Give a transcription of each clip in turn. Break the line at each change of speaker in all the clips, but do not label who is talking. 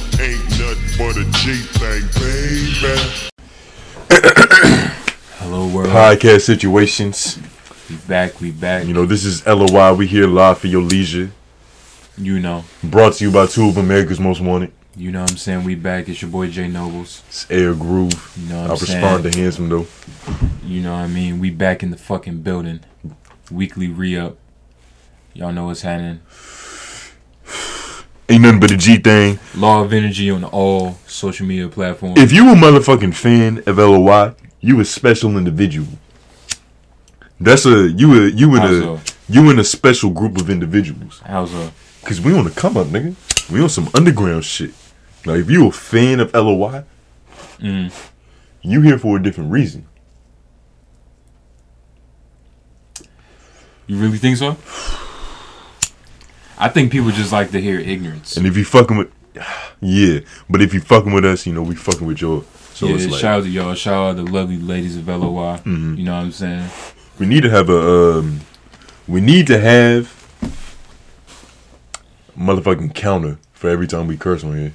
ain't nothing but a G thing, baby.
Hello world,
Podcast situations.
we back, we back.
You know, this is LOY. We here live for your leisure.
You know,
Brought to you by two of America's Most Wanted.
you know what I'm saying. We back. It's your boy Jay Nobles.
It's Air Groove.
You know
I
what I'm
respond to handsome though.
saying. You know what I mean. We back in the fucking building. Weekly re up. Y'all know what's happening.
Ain't nothing but a G thing.
Law of energy on all social media platforms.
If you a motherfucking fan of LOY, you a special individual. That's a you a you in
How's
a
up?
you in a special group of individuals.
How's up?
Cause we on the come up, nigga. We on some underground shit. Now if you a fan of LOY,
Mm.
you here for a different reason.
You really think so? I think people just like to hear ignorance.
And if you fucking with, yeah. But if you fucking with us, you know we fucking with y'all. So
yeah,
it's like Mm-hmm.
shout out to y'all. Shout out to the lovely ladies of LOI. You know what I'm saying?
we need to have a, um, we need to have a motherfucking counter for every time we curse on here.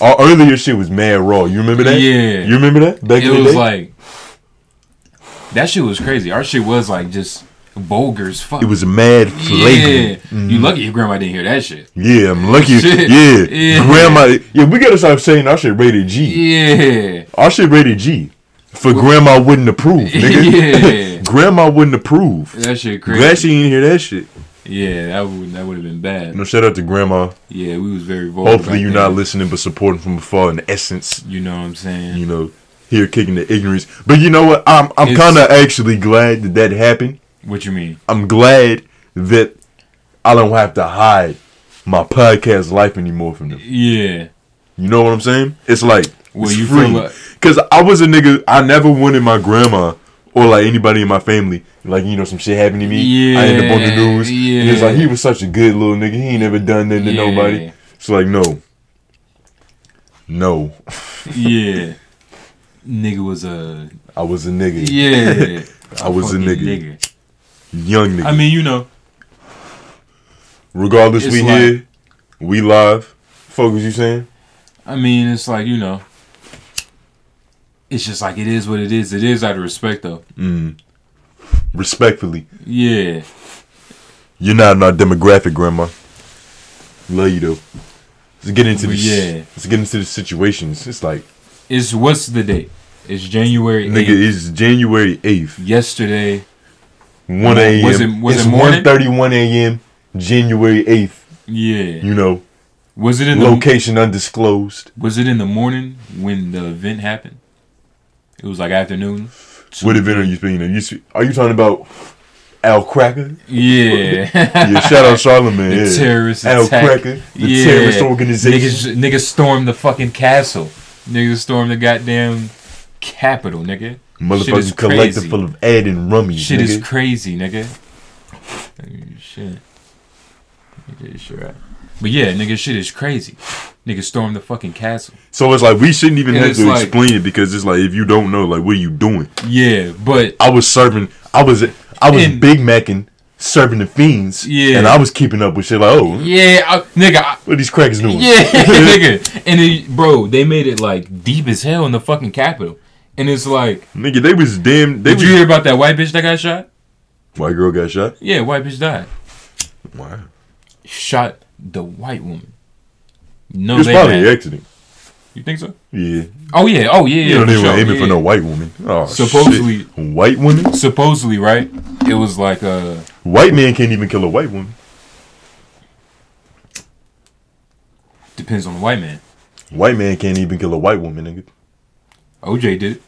Our earlier shit was mad raw. You remember that?
Yeah.
You remember that? Back
it
in the
was
day?
like that shit was crazy. Our shit was like just vulgar as fuck.
it was mad
yeah.
flagrant. Mm-hmm.
You lucky your grandma didn't hear that shit.
Yeah, I'm lucky.
Shit.
Yeah.
Yeah.
grandma. Yeah, we gotta stop saying our shit rated G.
Yeah,
Our shit rated G. For grandma wouldn't approve, nigga.
Yeah.
grandma wouldn't approve.
that shit crazy.
Glad she didn't hear that shit.
yeah, that would that would have been bad.
No, shout out to grandma.
Yeah, we was very vulgar.
Hopefully
back
you're
then.
not listening but supporting from afar in essence,
You know what I'm saying?
you know, here kicking the ignorance. But you know what? I'm I'm
It's-
kind of actually glad that that happened.
What you mean?
I'm glad that I don't have to hide my podcast life anymore from them.
Yeah,
You know what I'm saying? It's like
Well,
it's
you
free.
feel like-
Cause I was a nigga. I never wanted my grandma or like anybody in my family. Like you know, some shit happened to me. I end up on the
Yeah,
news. Yeah. it's
yeah.
like he was such a good little nigga. He ain't never done nothing
Yeah.
to nobody. It's like no, no.
yeah. nigga was a
I was a nigga.
yeah.
I was a
Fucking
nigga. Young nigga.
I mean, you know,
Regardless,
it's
we
like-
here. We live. Fuck was you saying?
I mean, it's like you know, it's just like it is what it is. It is out of respect though.
Respectfully,
Yeah.
you're not in our demographic, grandma. Love you though. Let's get into the
But
yeah.
yeah.
Let's get into the situations. It's like
It's what's the date? It's January
Nigga,
8th.
it's January 8th,
Yesterday.
1 a.m.
Was it- was
it's
it morning?
1.31 a.m., January 8th.
Yeah.
You know,
Was it in the
location undisclosed.
Was it in the morning when the event happened? It was like afternoon. Two-
What event are you speaking of? You sp- are you talking about Al Cracker?
Yeah.
Yeah, shout out Charlemagne.
The
yeah.
terrorist
Al
attack.
Cracker, the
Yeah.
terrorist organization.
Niggas, niggas stormed the fucking castle. Niggas stormed the goddamn capital, nigga. Shit is
Motherfucking collector
crazy.
full of ad and rummy.
Shit
nigga.
is crazy, nigga. Nigga, Shit. Nigga, shit right. But yeah, nigga, shit is crazy. Nigga stormed the fucking castle.
so it's like we shouldn't even
And
have
it's
to
like-
explain it because it's like if you don't know, like what are you doing?
Yeah, but
I was serving. I was. I was
And-
Big Macking, serving the fiends.
Yeah.
And I was keeping up with shit like, oh,
yeah, I, nigga, I,
what are these crackers doing?
yeah, nigga, and it, bro, they made it like deep as hell in the fucking capital, and it's like,
Nigga, they was damn. They
did
was,
you hear about that white bitch that got shot?
White girl got shot.
Yeah, white bitch died.
Wow.
Shot the white woman. No,
It's
they
probably an
had-
accident.
You think so?
Yeah.
Oh yeah, oh yeah,
You
yeah.
don't
for
even
sure,
aim it
yeah.
for no white woman. Oh,
Supposedly-
shit. White woman?
Supposedly, right? It was like uh
White man can't even kill a white woman.
depends on the white man.
White man can't even kill a white woman, nigga.
OJ did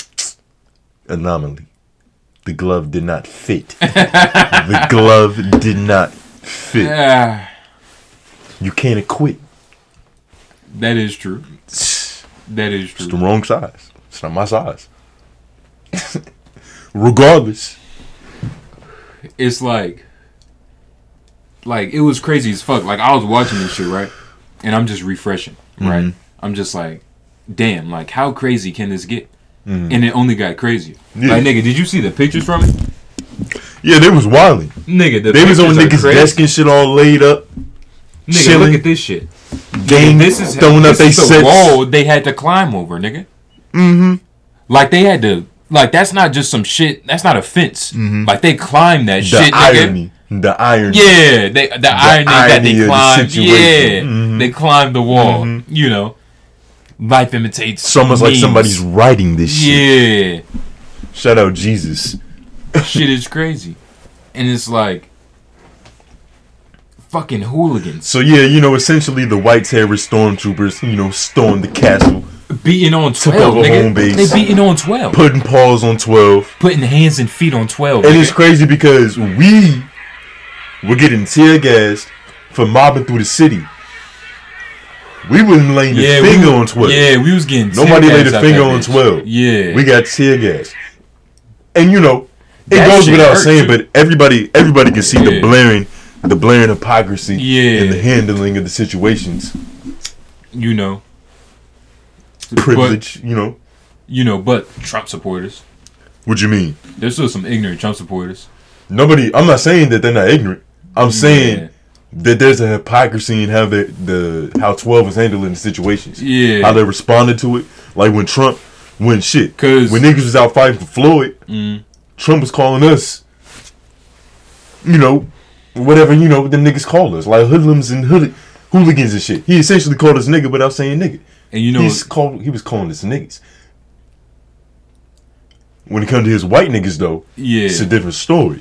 it.
Anomaly. The glove did not fit. the glove did not fit.
Yeah,
You can't acquit.
that is true.
It's
That is
the
true.
wrong size. It's not my size. Regardless.
It's like, like it was crazy as fuck. Like I was watching this shit right, and I'm just refreshing.
Mm-hmm.
Right, I'm just like, damn. Like how crazy can this get? And it only got crazier.
Mm-hmm. Yeah.
Like nigga, did you see the pictures from it?
Yeah, they was wilding.
Nigga, the
They was
pictures
on
are
niggas'
crazy.
desk and shit all laid up.
Nigga,
chilling.
look at this shit.
They ain't
this is
throwing up
this
they
is the
sets.
wall they had to climb over, nigga. Mm-hmm. Like they had to. Like that's not just some shit. That's not a fence. Like they climbed that
Mm-hmm. The
shit, nigga.
irony. The irony.
Yeah, they, the, irony that
irony of
they
the
climbed. yeah,
situation. Mhm.
they climbed the wall. You know, life imitates.
It's almost like
memes.
somebody's writing this shit.
Yeah,
Shout out Jesus.
shit is crazy, and it's like fucking hooligans
So yeah, you know, essentially the white terrorist stormtroopers, you know, stormed the castle,
beating on twelve.
over
Nigga.
home base.
They beating on twelve,
putting paws on twelve.
putting hands and feet on twelve.
And
nigga.
it's crazy because we were getting tear gassed for mobbing throrough the city. We wasn't laying the
yeah,
finger
we,
on twelve.
Yeah, we was getting
Nobody
tear
laid
gas
a
out
finger
that
on
bitch.
twelve.
Yeah,
We got tear gas. And you know, it
That
goes
shit
without
hurt
saying,
you.
but everybody everybody can see
Yeah.
the blaring the blaring hypocrisy
Yeah.
in the handling of the situations.
you know,
Privilege, you know.
you know, but Trump supporters.
What you mean?
There's still some ignorant Trump supporters.
Nobody I'm not saying that they're not ignorant. I'm
Yeah.
saying that there's a hypocrisy in how the, the how twelve is handling the situations.
Yeah.
How they responded to it. Like when Trump when shit.
'Cause-
when niggas was out fighting for Floyd,
Mm.
Trump was calling us you know, whatever, you know, the niggas call us. Like hoodlums and hood hooligans and shit. He essentially called us nigga without saying nigga.
And you know,
He's called he was calling us niggas. When it comes to his white niggas though,
yeah,
it's a different story.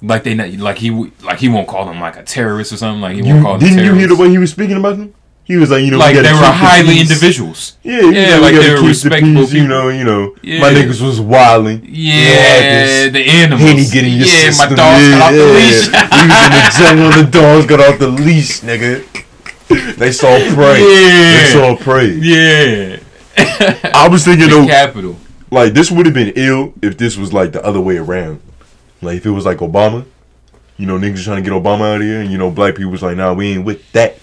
like they not, like he w- like he won't call them like a terrorist or something. Like he
You-
won't call them
didn't you hear the
terrorists.
way he was speaking about them? He was like, you know, we
like
gotta
they were
keep the
highly
peace.
individuals.
Yeah, you
Yeah,
know, we gotta
like they were
keep the
respectful
peace, You
people.
know, you know,
Yeah.
my niggas was wilding.
Yeah, the animals.
Henny getting your
yeah,
system.
my dogs
yeah,
got off the leash.
yeah. we was in the jungle. The dogs got off the leash, nigga. They saw prey. They
Yeah.
saw prey.
yeah,
I was thinking,
the
though,
capital.
like this would have been ill if this was like the other way around. Like if it was like Obama, you know, niggas trying to get Obama out of here, and you know, black people was like, nah, we ain't with that.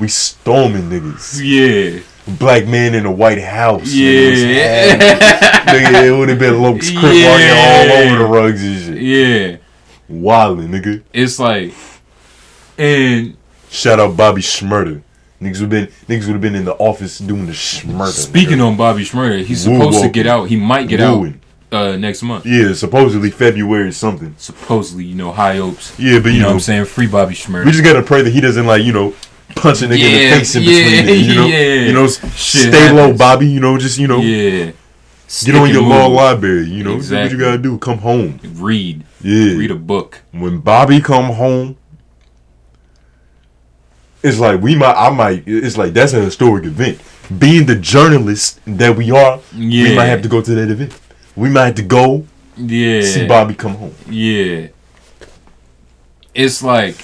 We storming niggas.
Yeah,
Black man in the White House. nigga, was
yeah,
Nigga, it would have been Lopes Crip
Yeah.
all over the rugs and shit.
yeah.
Wildin', nigga.
It's like, and
Shout out Bobby Schmurder. Niggas would been niggas would have been in the office doing the Schmurder.
speaking on Bobby Schmurder, he's
Woo
supposed to
walking.
get out. He might get
Wooing.
out uh, next month.
yeah, supposedly February or something.
Supposedly, you know, high hopes.
Yeah, but
You know what
I'm
I'm
saying?
saying? Free Bobby Schmurder.
we just gotta pray that he doesn't like you know punch a nigga in
Yeah,
the face in
yeah,
between. it, you know,
yeah.
you know,
Shit
stay low,
happens.
Bobby. You know, just you know,
yeah.
get on your law
long
library. You know, do what
Exactly.
you gotta do. Come home.
Read.
Yeah.
Read a book.
when Bobby come home, it's like we might I might it's like that's a historic event. Being the journalist that we are,
Yeah.
we might have to go to that event. We might have to go
Yeah.
see Bobby come home.
Yeah. It's like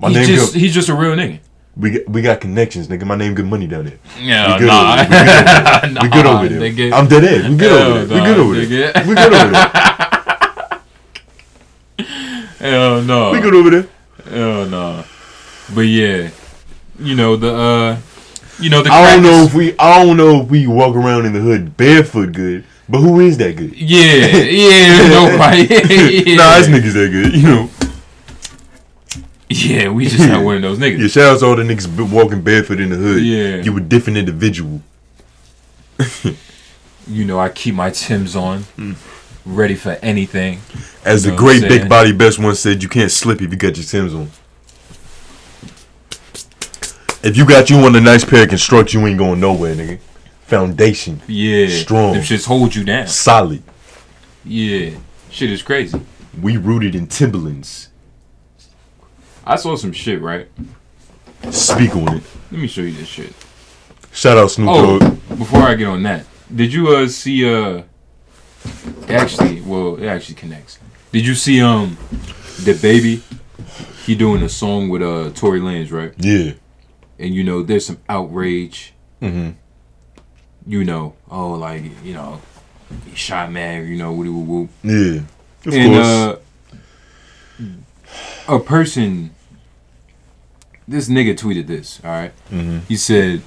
My
he
name
just
good.
he's just a real nigga.
We got, we got connections, nigga. My name good money down there.
Yeah,
We good
Uh, nah.
over there.
nah,
We good over there.
nigga.
I'm dead ass. We good
Hell
over there. We
nah,
good over
nigga.
there. We good over there.
Hell no.
We good over there.
Hell no. But yeah, you know the uh, you know the.
I don't know
crackers-
if we I don't know if we walk around in the hood barefoot good, but who is that good?
Yeah, yeah, nobody. yeah.
Nah, this niggas that good, you know.
yeah, we just not one of those
Yeah,
niggas.
shout out to all the niggas b- walking barefoot in the hood.
Yeah.
You a different individual.
You know, I keep my Tim's on,
Mm.
ready for anything.
As the
Know what
great
I'm saying?
big body best one said, you can't slip if you got your Tim's on. If you got you on a nice pair of construct, you ain't going nowhere, nigga. Foundation.
Yeah,
Strong.
Them shits hold you down.
Solid.
Yeah, shit is crazy.
We rooted in Timberlands.
I saw some shit right.
Speak on it.
Let me show you this shit.
Shout out Snoop
Oh,
Dogg.
before I get on that, did you uh see uh actually well it actually connects. Did you see um the baby? He doing a song with uh Tory Lanez, right?
Yeah.
And you know, there's some outrage. Mm-hmm.
Mhm.
You know, oh like you know, he shot man, you know, woo woo woo.
Yeah. Of
and
course.
uh, a person, this nigga tweeted this. All right?
Mm-hmm.
he said,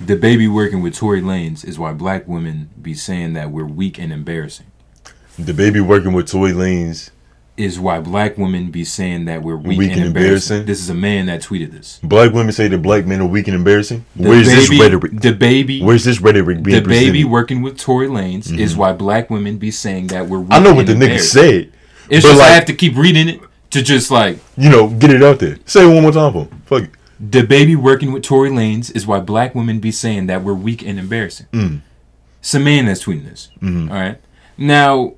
"The baby working with Tory Lanez is why black women be saying that we're weak and embarrassing."
the baby working with Toy Lanes
is why black women be saying that we're weak,
Weak
and,
and
embarrassing.
embarrassing.
This is a man that tweeted this.
Black women say that black men are weak and embarrassing.
The
Where's
baby,
this rhetoric?
The baby,
Where's this rhetoric being
the
presented?
baby working with Tory Lanez is why black women be saying that we're weak
I know what
and
the nigga
embarrassed.
said.
It's
but
just
like-
I have to keep reading it to just like
You know, get it out there. Say it one more time for him. Fuck it.
the baby working with Tory Lanez is why black women be saying that we're weak and embarrassing.
Mm.
It's a man that's tweeting this.
Mm-hmm.
All right. Now,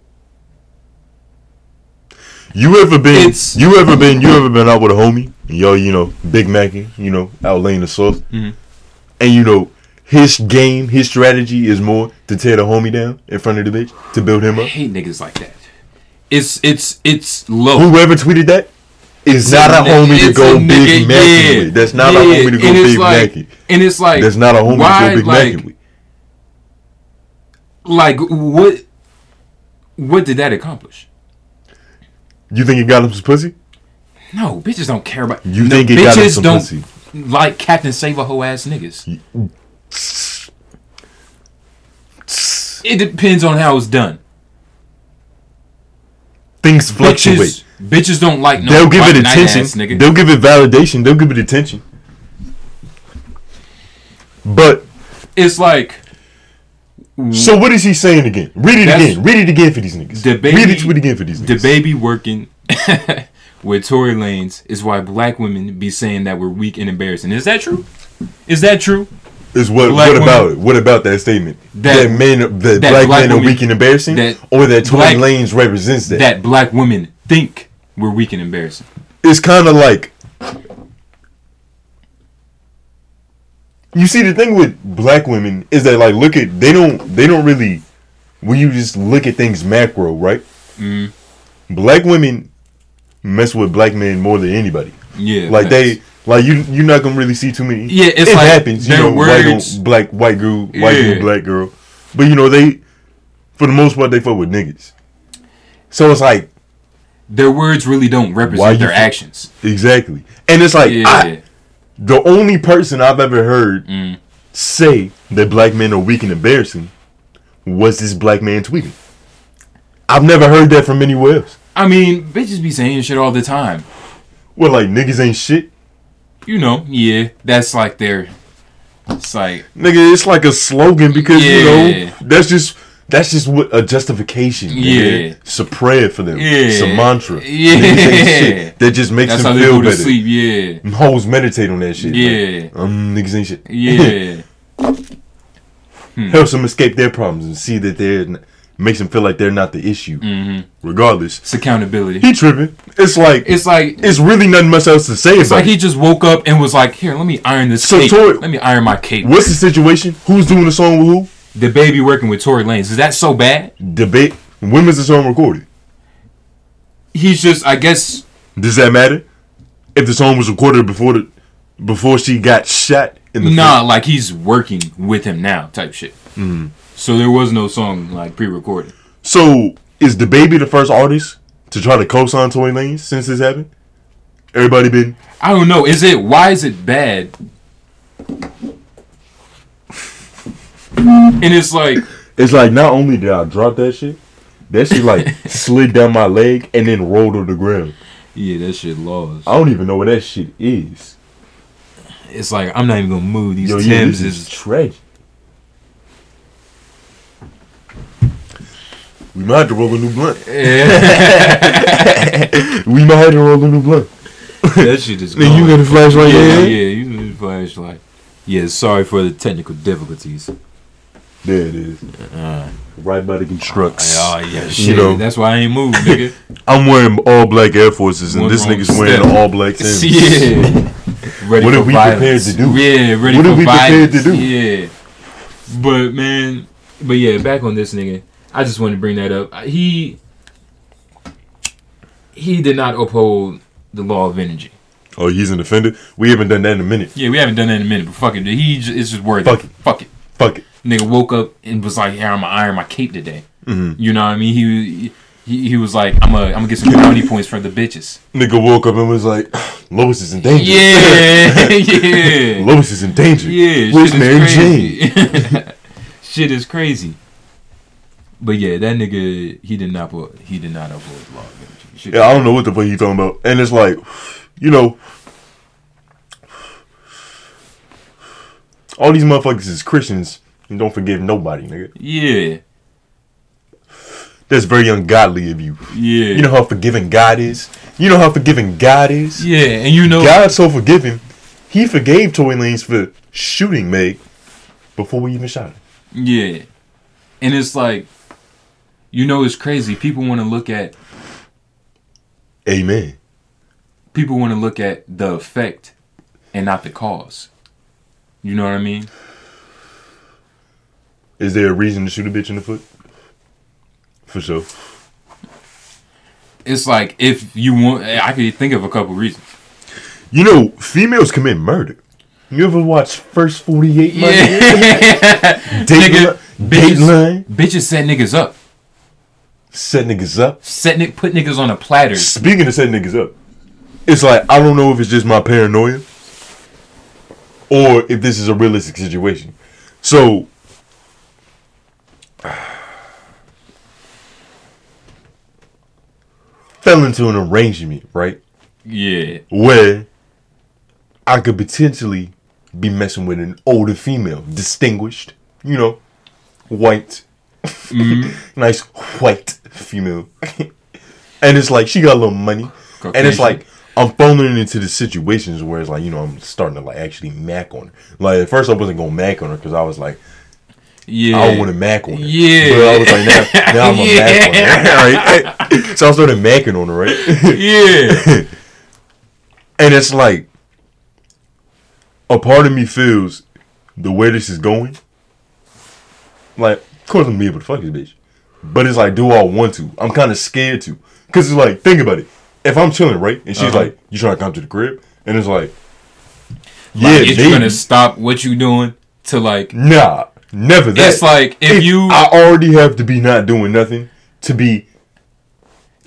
You ever been?
It's-
you ever been? You ever been out with a homie? And y'all, you know, Big Mackie, you know, out laying the sauce,
Mm-hmm.
and you know, his game, his strategy is more to tear the homie down in front of the bitch to build him
I
up.
hate niggas like that. It's it's it's low.
Whoever tweeted that is not a
It's
homie to
it's
go
a
Big
nigga,
Mackie
yeah,
with. That's not a
yeah.
homie to go
And it's
Big
like-
Mackie.
And it's like
That's not a homie to
why,
go Big
like,
Mackie with.
Like what? What did that accomplish?
You think it got him some pussy?
No, bitches don't care about
You
no,
think it got him
bitches
some
don't
pussy?
like Captain Save a hoe ass niggas.
Mm.
It depends on how it's done.
Things fluctuate.
Bitches, bitches don't like no
They'll give
white
it
knight
attention.
ass nigga.
They'll give it validation. They'll give it attention. But
it's like
so what is he saying again? Read it
That's-
again. Read it again for these niggas.
the baby,
Read it tweet again for these
the
niggas.
baby working with Tory Lanez is why black women be saying that we're weak and embarrassing. Is that true? Is that true?
is what
black
what
women-
about it? What about that statement?
That-
That, men that,
that
black,
black
men are
women-
weak and embarrassing?
that
or that Tory
black-
Lanez represents that.
That black women think we're weak and embarrassing.
It's kinda like You see the thing with black women is that like look at they don't they don't really when you just look at things macro, right?
Mm-hmm.
Black women mess with black men more than anybody.
Yeah,
like
facts.
they like you you're not gonna really see too many
Yeah, it's
it
like
happens, you
their
know, white
words-
on, black white girl, white
Yeah.
girl, black girl. But you know, they for the most part they fuck with niggas. So it's like
their words really don't
Why
represent
you
their
think-
actions.
exactly. And it's like ah,
Yeah,
I, the only person I've ever heard
Mm.
say that black men are weak and embarrassing was this black man tweeting. I've never heard that from anywhere else.
I mean, bitches be saying shit all the time.
Well, like niggas ain't shit.
You know, yeah, that's like their. It's like
Nigga, it's like a slogan because you
Yeah.
know that's just that's just what a justification. nigga.
Yeah.
it's a prayer for them. it's a
Yeah.
mantra.
Yeah.
Niggas ain't shit. that just makes
that's how
them
they
feel
go to
better.
sleep. Yeah,
Hoes meditate on that shit.
Yeah.
like, um, niggas ain't shit.
yeah. Mm-hmm.
helps them escape their problems and see that they're n- makes them feel like they're not the issue. Regardless,
it's accountability.
he tripping. It's like it's,
Mm-hmm. It's like
really nothing much else to say
It's
about
like he
it.
just woke up and was like, "Here, let me iron this
So
cape.
Tory-
let me iron my cape."
What's the situation? Who's doing the song with who?
The baby working with Tory Lanez is that so bad?
Debate. When was the song recorded?
He's just, I guess,
Does that matter? If the song was recorded before the before she got shot in the
nah, like he's working with him now, type shit. Mm-hmm. So there was no song like pre-recorded.
foot. So is the baby the first artist to try to co-sign Tory Lanez since this happened? Everybody been
I don't know. Is it? Why is it bad? And it's like,
It's like not only did I drop that shit, that shit like slid down my leg and then rolled on the ground.
yeah, that shit lost.
I don't even know what that shit is.
It's like I'm not even gonna move these
Yo, yeah,
Timbs.
this is tragic. We might have to roll a new blunt. we might have to roll a new blunt.
that shit is.
Then you
gone.
got a flashlight,
yeah,
yeah?
yeah,
Yeah,
you need a flashlight. Yeah, sorry for the technical difficulties.
there it is. right by the constructs.
Oh yeah, shit.
You know.
That's why I ain't moved, nigga.
I'm wearing all black Air Forces, and
One
this
wrong
nigga's wearing
step.
all black things.
yeah. Ready
What
for
are we
violence.
prepared to do?
Yeah, ready
What
for
are we prepared to
violence.
do?
Yeah. But man, but yeah, back on this nigga. I just wanted to bring that up. He he did not uphold the law of energy.
Oh, he's an offender. We haven't done that in a minute.
Yeah, we haven't done that in a minute, but fuck it. dude. He just, it's just worth
Fuck
it.
it.
Fuck it.
Fuck it.
nigga woke up and was like, "Yeah, I'm gonna iron my cape today."
Mm-hmm.
You know what I mean? He he, he was like, "I'm gonna I'm gonna get some brownie points from the bitches."
Nigga woke up and was like, Lois is in danger.
Yeah, yeah,
Lois is in danger.
yeah.
Where's
shit
Mary Jane?
is crazy. shit is crazy. But yeah, that nigga he did not put, he did not uphold the law of energy. Shit.
Yeah, I don't know what the fuck you talking about. And it's like, you know, all these motherfuckers is Christians and don't forgive nobody, nigga.
Yeah.
That's very ungodly of you.
Yeah.
You know how forgiving God is. You know how forgiving God is.
yeah, and you know
God's so forgiving. He forgave Tory Lanez for shooting Meg before we even shot him.
Yeah. And it's like you know it's crazy. People want to look at
Amen.
people want to look at the effect and not the cause. You know what I mean?
Is there a reason to shoot a bitch in the foot? For sure.
It's like if you want eh, I could think of a couple reasons.
You know, females commit murder. You ever watch First 48 Murder? Date
Nigga,
li- date
bitches,
line.
bitches set niggas up.
Set niggas up.
Set ni- put niggas on a platter.
Speaking of setting niggas up, it's like I don't know if it's just my paranoia or if this is a realistic situation. So fell into an arrangement, right?
Yeah.
Where I could potentially be messing with an older female, distinguished, you know, white,
Mm-hmm.
nice white female. and it's like she got a little money. And it's
Caucasian.
like I'm falling into the situations where it's like, you know, I'm starting to like actually mac on her. Like at first I wasn't gonna mac on her because I was like,
Yeah.
I don't want to mac on her.
Yeah.
But I was like, now, now I'm a mac on
Yeah.
her. right? So I started macking on her, right?
Yeah.
And it's like a part of me feels the way this is going. Like, of course I'm gonna be able to fuck this bitch. But it's like, do I want to? I'm kind of scared to. Cause it's like, think about it. If I'm chilling, right? And she's
Uh-huh.
like, you trying to come to the crib? And it's like, yeah,
like, is you
maybe.
gonna stop what you doing to like?
nah, never that.
It's like if you
I already have to be not doing nothing to be,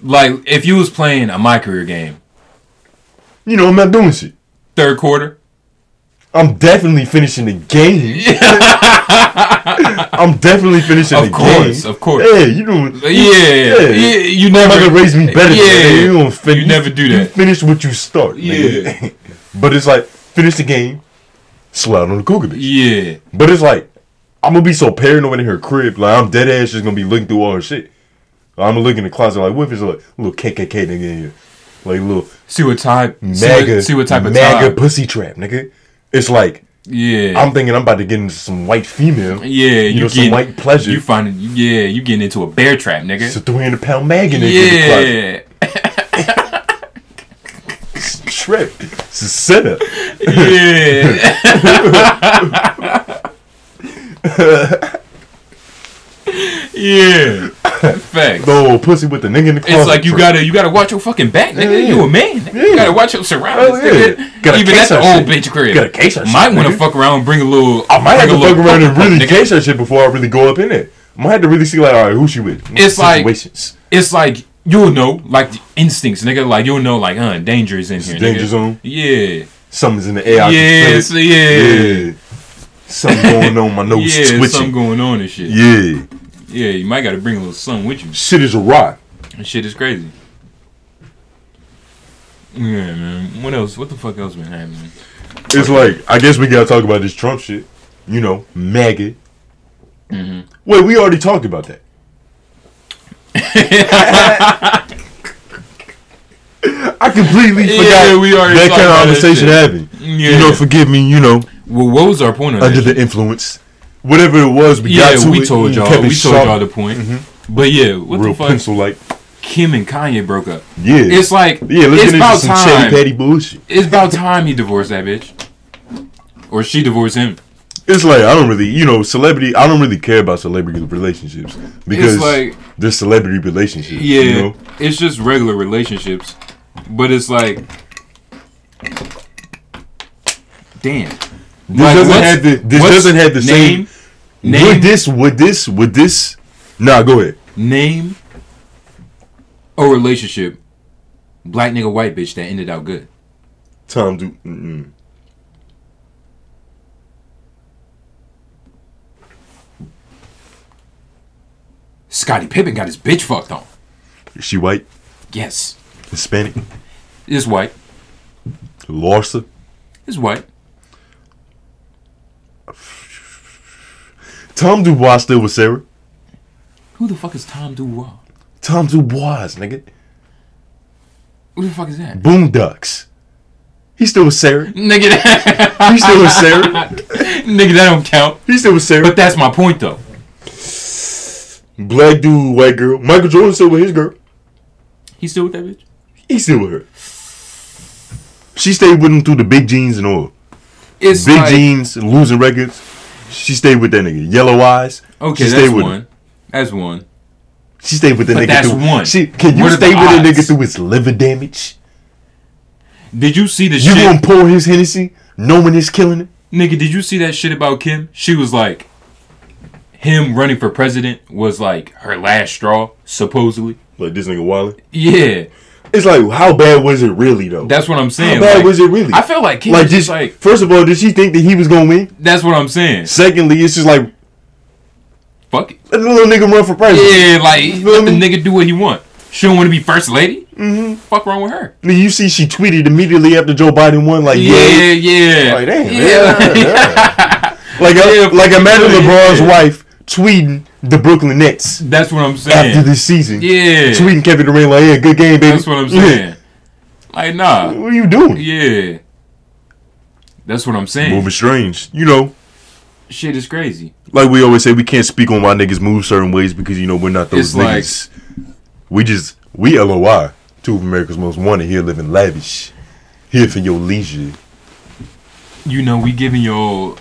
like if you was playing a my career game
you know, I'm not doing shit.
third quarter.
I'm definitely finishing the game. I'm definitely finishing
Of
the
course,
game.
of course.
Yeah, you know.
Yeah, yeah. you
I'm not
never
gonna raise me better.
Yeah,
than that. You, don't fin-
you never do
You
that.
finish what you start. nigga.
Yeah.
but it's like finish the game, slide on the cougar bitch.
Yeah,
But it's like I'm gonna be so paranoid in her crib. Like I'm dead ass just gonna be looking through all her shit. I'm gonna look in the closet like what if it's like a little KKK nigga in here, like little
see what type. see what-
MAGA,
see what type of
MAGA
time.
pussy trap, nigga. It's like
Yeah,
I'm thinking I'm about to get into some white female.
yeah. You,
you, know, some
getting-
white pleasure.
You finding? Yeah, you getting into a bear trap,
it's a
nigga.
300 pound mag in there. Yeah.
Yeah,
It's a trip. It's a setup.
yeah. Yeah, facts.
The old pussy with the nigga in the closet.
It's like you
trip.
gotta you gotta watch your fucking back, nigga. You a man. nigga. You
Yeah.
gotta watch your surroundings,
Hell yeah.
nigga.
Gotta
Even
case
that's the
our
old
shit.
bitch crib.
Gotta case our
Might
shit,
want to
nigga.
fuck around and bring a little. I
Might have to fuck around and really
nigga.
gauge that shit before I really go up in it. Might have to really see like, all right, who she with?
It's like-
situations.
It's like you'll know, like the instincts, nigga. Like you'll know, like uh, danger is in here, nigga.
danger zone.
Yeah,
something's in the air. I can
Yeah,
feel it.
so yeah.
something going on. My nose
yeah. Something
twitching.
going on and shit. Yeah.
yeah,
you might gotta bring a little something with you.
shit is awry.
That shit is crazy. Yeah, man. What else? What the fuck else been happening?
It's like I guess we gotta talk about this Trump shit. You know, maggot.
Mm-hmm.
Wait, we already talked about that. I completely
Yeah,
forgot
we already
that
talked
kind of
about that
conversation
shit.
happened.
Yeah.
You know, forgive me. You know,
Well, what was our point on
under
that?
the influence, whatever it was, we
Yeah,
got to
we
it. Mm-hmm. You
told y'all.
kept it
We told
sharp,
y'all the point. But yeah, what
Mm-hmm. real
the fuck?
pencil like.
Kim and Kanye broke up.
Yeah,
It's like
yeah. Let's
it's
get into
about
some chatty
time.
patty bullshit.
It's about time he divorced that bitch, or she divorced him.
It's like I don't really, you know, celebrity. I don't really care about celebrity relationships because
like-
they're celebrity relationships.
Yeah,
you know?
it's just regular relationships, but it's like, damn.
This doesn't have the. This doesn't have the
name,
same.
name
Would this? Would this? Would this? Nah, go ahead.
name a relationship, black nigga white bitch that ended out good.
Tom Duke. Mm-mm.
Scottie Pippen got his bitch fucked on.
Is she white?
Yes.
Hispanic,
It's white.
Larsa.
It's white.
Tom Dubois still with Sarah.
Who the fuck is Tom Dubois?
Tom Dubois, nigga.
Who the fuck is that?
Boondocks. He still with Sarah.
Nigga, that,
He still with Sarah.
nigga, that don't count.
He still with Sarah.
But that's my point, though.
Black dude, white girl. Michael Jordan still with his girl.
He's still with that bitch?
He still with her. She stayed with him through the big jeans and all.
It's
Big
like,
jeans, losing records. She stayed with that nigga. Yellow eyes.
Okay,
she
that's
with
one. That's one.
She stayed with the
But
nigga.
that's
through,
one.
She, can you
What are
stay
the
with a nigga
odds?
through his liver damage?
Did you see the
You
shit?
gonna pour his Hennessy knowing it's killing him?
Nigga, did you see that shit about Kim? She was like, him running for president was like her last straw, supposedly.
Like this nigga Wally.
Yeah,
It's like how bad was it really though?
that's what I'm saying.
how bad
like,
was it really?
I feel like Kim
like
was just
just
like,
first of all, did she think that he was gonna win?
that's what I'm saying.
Secondly, it's just like
Fuck it.
let the little nigga run for president.
Yeah, like,
You feel
let the
me?
nigga do what he want. She don't want to be first lady? Mm-hmm. Fuck wrong with her?
Then You see, she tweeted immediately after Joe Biden won, like
Yeah, yeah.
Like, damn,
yeah.
yeah, Like, uh,
Yeah,
like imagine
yeah,
LeBron's
yeah.
wife tweeting the Brooklyn Nets
That's what I'm saying.
after this season.
Yeah.
Tweeting Kevin Durant like, yeah, good game, baby.
That's what I'm
Yeah.
saying. Like, nah.
What are you doing?
Yeah. That's what I'm saying.
Moving strange. You know,
Shit is crazy.
like we always say, we can't speak on why niggas move certain ways because, you know, we're not those
It's like-
niggas. we just, we LOI. Two of America's most wanted here living lavish. Here for your leisure.
You know, we giving y'all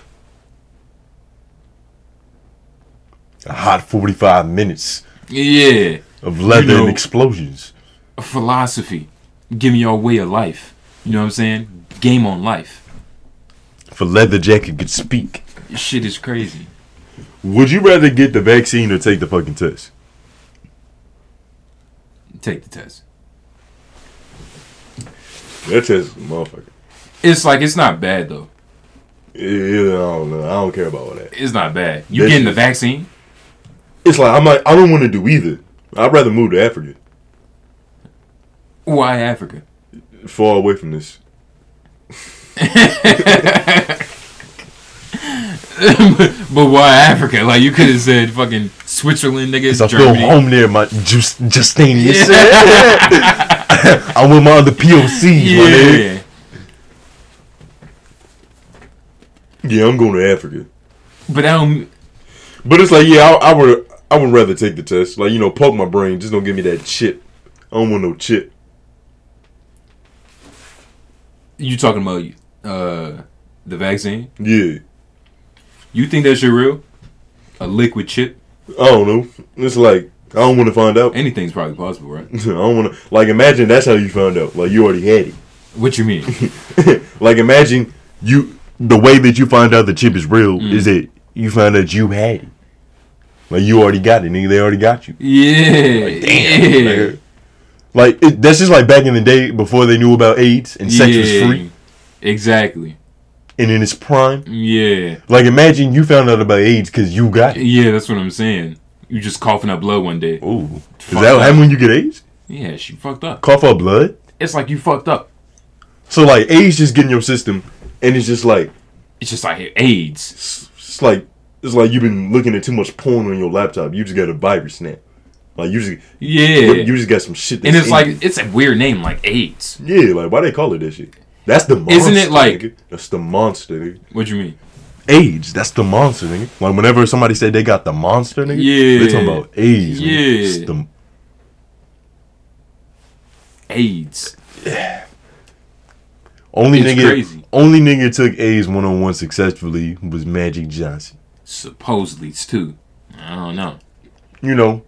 A hot 45 minutes
yeah
of leather
know-
and explosions.
philosophy, giving y'all way of life. You know what I'm saying? Game on life.
For leather jacket could speak.
Shit is crazy.
Would you rather get the vaccine or take the fucking test?
Take the test.
That test is a motherfucker.
It's like it's not bad though.
Yeah, I don't know. I don't care about all that.
It's not bad. You
This
getting the
is-
vaccine?
It's like I'm like I don't want to do either. I'd rather move to Africa,
Why Africa?
far away from this.
but why Africa? Like you could have said fucking Switzerland, niggas,
I feel
Germany.
home there, my just Justinius. I'm with my other POCs, yeah. my nigga.
Yeah,
Yeah, I'm going to Africa.
but I don't.
But it's like, yeah, I, I would, I would rather take the test. Like, you know, poke my brain. Just don't give me that chip. I don't want no chip.
You talking about uh the vaccine?
Yeah,
You think that shit real? A liquid chip?
I don't know. It's like I don't want to find out. I
Anything's probably possible, right?
don't want to. Like, imagine that's how you found out. Like, you already had it.
What you mean?
like imagine you the way that you find out the chip is real is that you find out you had it. Like you already got it, nigga. They already got you.
Yeah.
Like, Like it, that's just like back in the day before they knew about AIDS and sex was
Yeah.
free
Exactly.
and in its prime.
Yeah.
Like imagine you found out about AIDS because you got it.
Yeah, that's what I'm saying. You just coughing up blood one day.
Ooh, is that how when you get AIDS?
Yeah, she fucked up.
Cough up blood.
It's like you fucked up.
So like AIDS just get in your system and it's just like
It's just like AIDS.
it's it's like it's like you've been looking at too much porn on your laptop. You just got a virus now. Like you just
Yeah.
you just got some shit.
and
that's
it's
in you.
like it's a weird name, like AIDS.
Yeah, like why they call it that shit? That's the monster.
Isn't it like-
nigga. that's the monster? Nigga.
What you mean?
AIDS. That's the monster, nigga. Like whenever somebody said they got the monster, nigga,
Yeah.
they talking about AIDS. nigga.
Yeah.
It's the-
AIDS.
only
It's
nigga,
crazy.
only nigga took AIDS one on one successfully was Magic Johnson.
Supposedly it's two. I don't know.
You know,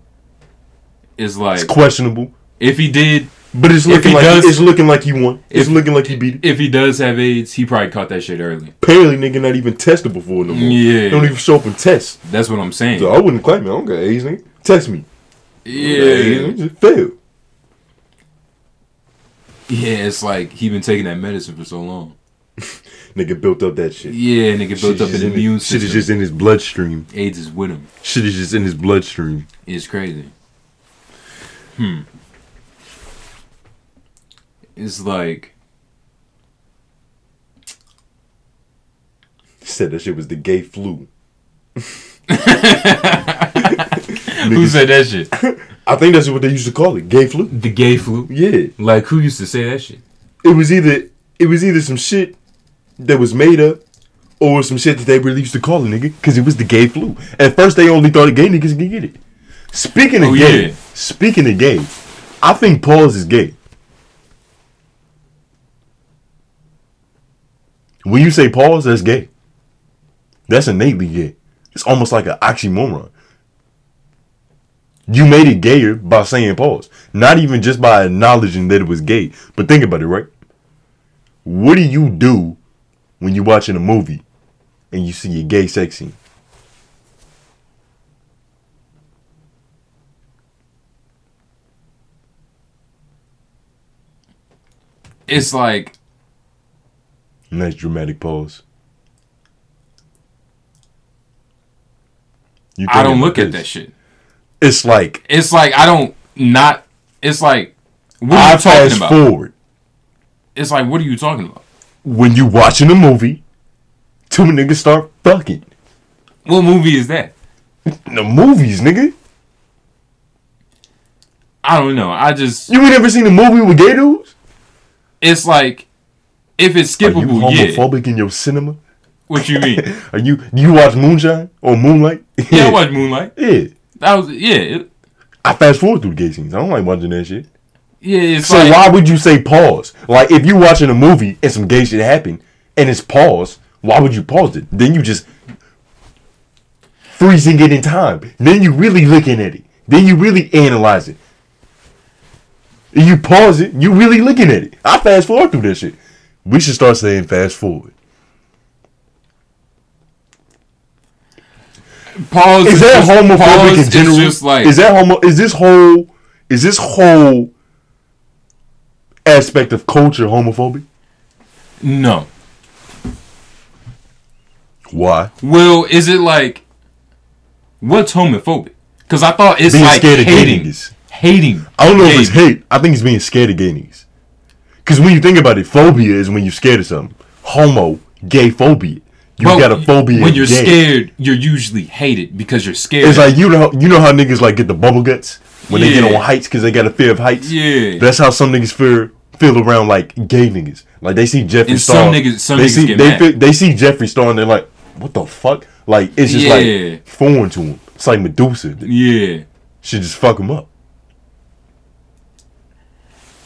It's like
it's questionable, but
if he did
it's looking
he
like
does-
it's looking like he won. It's
If-
looking like he beat it.
if he does have AIDS, he probably caught that shit early.
Apparently, nigga, not even testable for it no more.
Yeah.
don't even show up and test.
That's what I'm saying.
So I wouldn't claim it. I don't got AIDS, nigga. Test me.
Yeah.
Just fail.
Yeah, it's like he been taking that medicine for so long.
Nigga built up that shit.
Yeah, nigga built
Shit
up
is
an
in his-
immune
Shit
system.
is just in his bloodstream.
AIDS is with him.
Shit is just in his bloodstream.
Hmm. It's crazy. is like
Said that shit was the gay flu.
who said that shit?
I think that's what they used to call it, gay flu.
The gay flu.
Yeah,
Like who used to say that shit?
it was either it was either some shit that was made up or some shit that they really used to call a nigga because it was the gay flu. At first, they only thought gay niggas could get it. Speaking of
Oh,
gay,
yeah.
speaking of gay, I think Paul's is gay. When you say Paul's, that's gay. That's innately gay. It's almost like an oxymoron. You made it gayer by saying pause. Not even just by acknowledging that it was gay. But think about it, right? What do you do when you're watching a movie and you see a gay sex scene?
It's like
Nice dramatic pause. You
I
thinking
don't
about
look at
this.
that shit.
It's like
It's like I don't not. It's like what are
I
you talking
fast
about?
forward
It's like what are you talking about?
when you watching a movie, two niggas start fucking.
What movie is that?
The movies, nigga.
I don't know. I just
You ain't never seen a movie with gay dudes?
it's like if it's
Are you
skippable, yeah.
homophobic in your cinema?
What you mean?
Are you do you watch Moonshine or Moonlight?
yeah, I watched Moonlight.
Yeah.
That was yeah, it,
I fast forward through gay scenes. I don't like watching that shit.
yeah. It's
So
like
why would you say pause? Like if you watching a movie and some gay shit happen and it's pause, why would you pause it? Then you just freezing it in time. Then you really looking at it. Then you really analyze it. You pause it, you really looking at it. I fast forward through that shit. We should start saying fast forward.
pause.
is that
just-
homophobic
pause
in
is
general?
just like
is that homo? Is this whole? Is this whole aspect of culture homophobic?
no.
Why?
Well, is it like what's homophobic? Because I thought it's
Being
like
scared of gay
hating,
niggas.
hating.
I don't know if
gay-
it's hate. I think it's being scared of gay niggas. Because when you think about it, phobia is when you're scared of something. Homo, gay phobia. You
Well,
got a phobia.
When
of
you're
gay.
scared, you're usually hated because you're scared.
it's like you know you know how niggas like get the bubble guts when they get
Yeah.
on heights because they got a fear of heights.
Yeah.
that's how some niggas fear feel around like gay niggas. Like they see Jeffree
And some
Star.
niggas- some
they
niggas
see
get
they
mad.
feel- they see Jeffree Star and they're like, what the fuck? Like it's just
Yeah.
like foreign to them. It's like Medusa.
yeah.
She just fuck them up.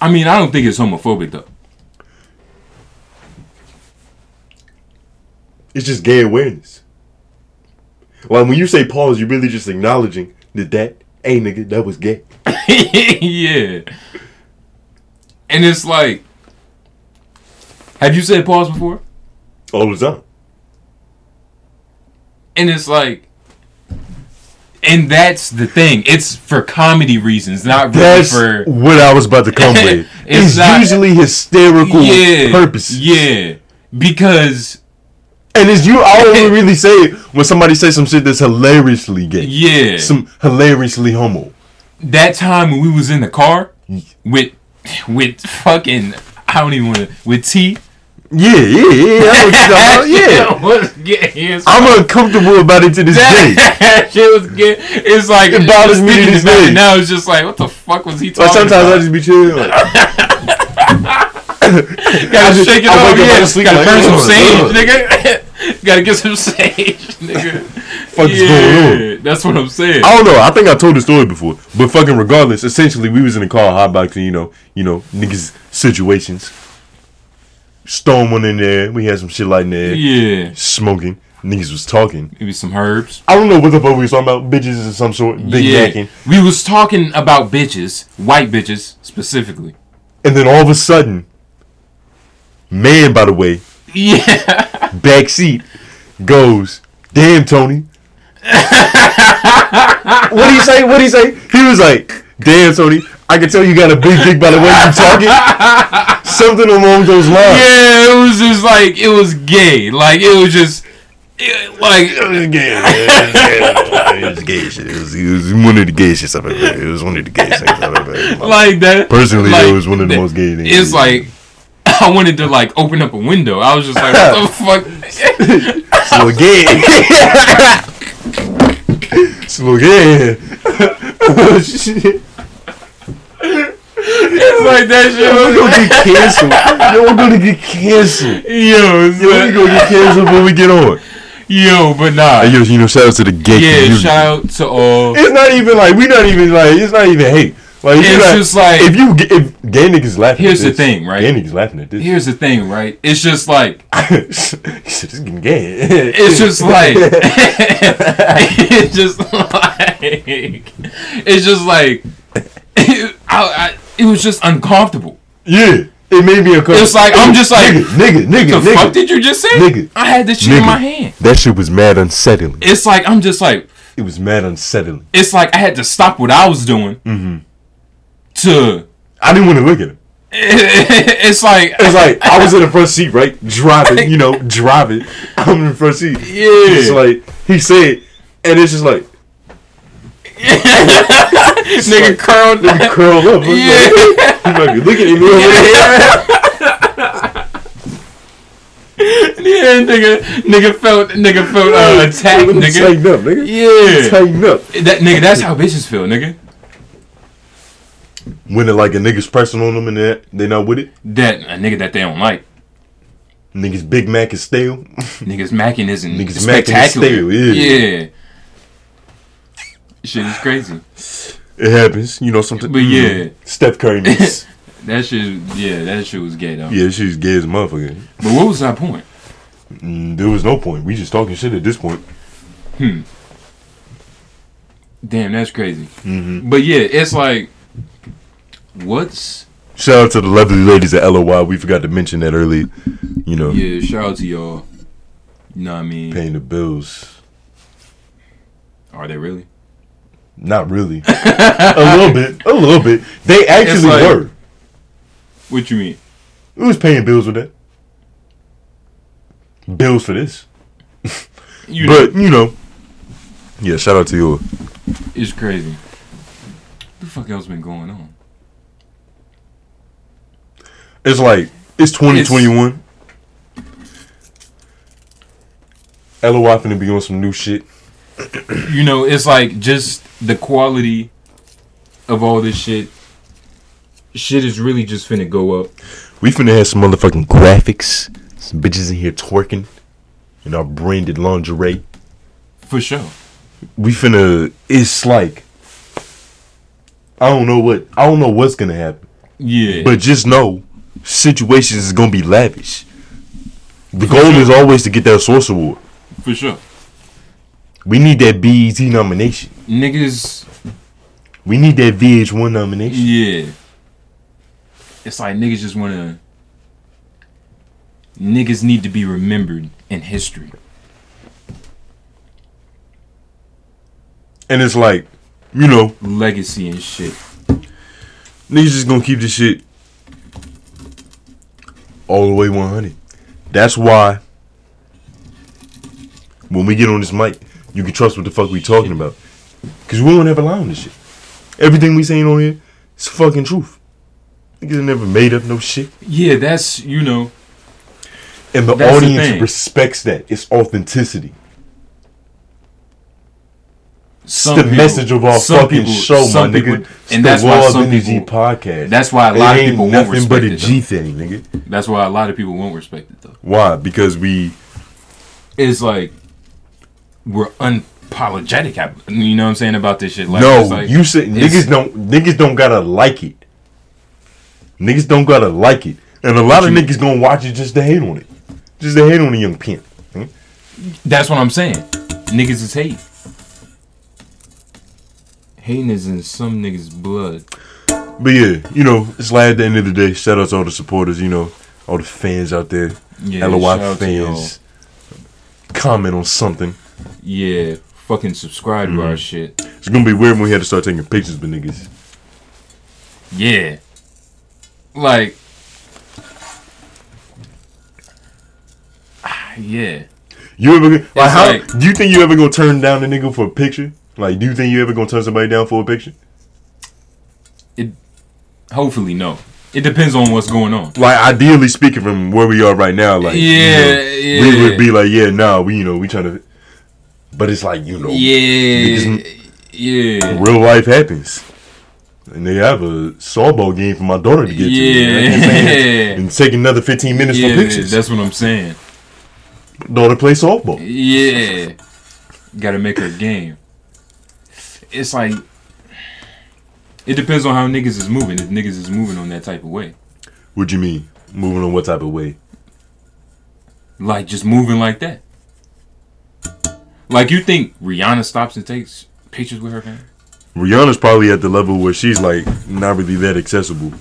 I mean, I don't think it's homophobic though.
It's just gay awareness. Like when you say pause, you're really just acknowledging that that hey nigga that was gay.
yeah. And it's like, have you said pause before?
All the time.
And it's like, and that's the thing. It's for comedy reasons, not really
That's
for
what I was about to come with.
It's
It's,
not-
usually hysterical
yeah,
purposes.
Yeah, because
And it's you. I only really say it when somebody says some shit that's hilariously gay.
Yeah.
Some hilariously homo.
that time when we was in the car
Mm.
with with fucking I don't even want to with T.
Yeah, yeah, yeah. I know what you're talking about.
That
Oh, Yeah.
shit was gay. as
I'm uncomfortable about it to this day.
that shit was good. It's like
It bothers me to
thinking
this
about it
day.
Now it's just like, what the fuck was he
Like
talking?
sometimes I
about?
just be chilling. Like,
gotta
I just-
shake it
I
off.
wake up out
Yeah,
of sleep
gotta
like,
burn some
ugh,
sage,
ugh.
nigga. gotta get some sage, nigga.
fuck is going on?
that's what I'm saying.
I don't know. I think I told the story before, but fucking regardless. Essentially, we was in the car hotboxing. You know, you know, niggas situations. Storm went in there. We had some shit like in there.
yeah,
Smoking. Niggas was talking.
maybe some herbs.
I don't know what the fuck we was talking about. Bitches of some sort. Big
yeah,
necking.
we was talking about bitches, white bitches specifically.
And then all of a sudden, man, by the way,
Yeah,
back seat goes, damn, Tony. what do you say? What do you say? He was like, damn, Tony, I can tell you got a big dick by the way you talking. Something along those lines.
yeah, it was just like it was gay. Like it was just like
It was gay. It was gay shit. It was, it was one of the gay shits I've ever heard. It was one of the gay things I've ever heard.
like that.
Personally,
like,
it was one of the
that-
most gay things.
It's like I wanted to like open up a window. I was just like, what the fuck?
it's a little gay. it's a little gay. Shit.
it's like that
We're
shit.
gonna get canceled. Yo, we're gonna get canceled.
Yo,
Yo, we're
so,
gonna get canceled when we get on.
yo, but nah.
Hey, yo, you know, shout out to the gay
Yeah,
community.
shout out to all.
It's not even like we not even like it's not even hate. Like you
It's just like-
if you g- if gay niggas laughing.
Here's
at
the
this,
thing, right?
Gay niggas laughing at this.
Here's the thing, right? It's just like
he said, "This getting gay."
it's just like it's just like it's just like I, I, it was just uncomfortable.
yeah, it made me uncomfortable.
It's like, I'm just like,
nigga, nigga,
The
nigga. nigga,
fuck did you just say?
Nigga.
I had this shit in
nigga.
my hand.
That shit was mad unsettling.
It's like I'm just like
It was mad unsettling.
it's like I had to stop what I was doing
Mm-hmm.
to.
I didn't want to look at him.
It's like
It's like I was in the front seat, right? Driving, you know, driving. I'm in the front seat.
Yeah.
It's like he said, and it's just like
nigga
like-
curled.
let me curl up. I'm
Yeah.
Like, he might be looking at me over there.
yeah, nigga, nigga felt nigga felt uh, attacked,
Let me
nigga.
Tighten up, nigga.
Yeah.
Tighten up.
that nigga, that's how bitches feel, nigga.
When it like a nigga's pressing on them and they they not with it.
That a nigga that they don't like.
Niggas Big Mac is stale.
Niggas macking isn't
Niggas
spectacular.
macking is stale, yeah.
yeah. Shit is crazy.
It happens, you know. Sometimes,
But yeah.
Steph Curry. miss.
That shit, yeah, that shit was gay though.
yeah, she's gay as a motherfucker.
But what was our point?
Mm, There was no point. We just talking shit at this point.
Damn, that's crazy.
Mm-hmm.
But yeah, it's like, what's
Shout out to the lovely ladies at LOY. We forgot to mention that earlier. You know,
yeah? Shout out to y'all. You know what I mean?
paying the bills.
Are they really?
Not really. a little bit. A little bit. They actually
like-
were.
What you mean?
Who was paying bills with that? Bills for this.
You
But you know. Yeah, shout out to you.
it's crazy. What the fuck else been going on?
It's like it's 2021. LOI finna be on some new shit.
You know, it's like just the quality of all this shit. Shit is really just finna go up.
We finna have some motherfucking graphics. Some bitches in here twerking in our branded lingerie.
For sure.
We finna. It's like I don't know what I don't know what's gonna happen,
Yeah.
but just know situations is gonna be lavish. The goal is always to get that source award.
for sure.
We need that BET nomination.
Niggas
We need that VH1 nomination.
Yeah. It's like niggas just wanna niggas need to be remembered in history.
And it's like, you know,
Legacy and shit.
Niggas just gonna keep this shit all the way 100. That's why when we get on this mic, you can trust what the fuck we talking about. Cause we won't ever lie on this shit. Everything we saying on here is fucking truth. Niggas never made up no shit.
Yeah, that's you know,
And the
That's the
audience
thing.
respects that. It's authenticity.
some
the
people-
message of our
some
fucking
people-
show, my
some
nigga.
people-
It's
and
the
that's
Raw
why some
Energy
people
podcast.
that's why a
It
lot of
ain't
people won't
nothing but a
respect it,
G thing, nigga.
that's why a lot of people won't respect it though.
Why? Because we
It's like we're unapologetic ab- you know what I'm saying about this shit. Like
no,
it's like,
you said
it's-
niggas don't niggas don't gotta like it. Niggas don't gotta like it, and a lot of
you-
niggas gonna watch it just to hate on it, just to hate on the young pimp. Hmm?
That's what I'm saying. Niggas is hate. Hating is in some niggas' blood.
But yeah, you know, it's like at the end of the day, shout out to all the supporters, you know, all the fans out there,
Yeah, shout
LOI
out to
fans. Comment on something.
Yeah, fucking subscribe to
Mm.
our shit.
It's gonna be weird when we had to start taking pictures with niggas.
Yeah. Like. ah, Yeah.
You ever like
It's
how
like-
do you think you ever gonna turn down a nigga for a picture? Like, do you think you ever gonna turn somebody down for a picture?
Hopefully, no. It depends on what's going on.
Like, ideally speaking, from where we are right now, like, you
Yeah,
know,
yeah.
we would be like, yeah, nah, we, you know, we trying to. But it's like, you know,
Yeah,
Niggas-
yeah.
real life happens. And they have a softball game for my daughter to get to. you know what I'm saying?
Yeah.
And take another 15 minutes
Yeah,
for pictures.
that's what I'm saying.
daughter play softball.
Yeah, gotta make her game. It's like it depends on how niggas is moving. If niggas is moving on that type of way,
What you mean? Moving on what type of way?
like just moving like that. Like you think Rihanna stops and takes pictures with her fan?
Rihanna's probably at the level where she's like not really that accessible.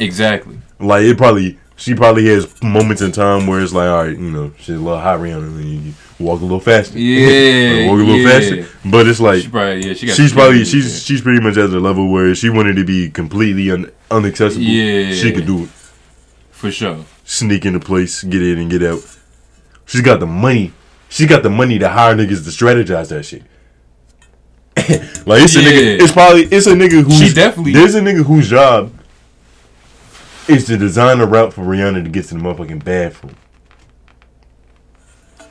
Exactly.
Like it probably she probably has moments in time where it's like, all right, you know, she's a little hot Rihanna and then you walk a little faster.
Yeah,
Like, walk a little
yeah.
faster. But it's like
She probably yeah. She got
she's probably she's she's pretty much at the level where if she wanted to be completely un- unaccessible.
Yeah.
She could do it.
for sure.
Sneak into place, get in and get out. She's got the money. She got the money to hire niggas to strategize that shit. like it's a nigga.
Yeah.
It's probably it's a nigga who
She definitely-
there's a nigga whose job is to design a route for Rihanna to get to the motherfucking bathroom.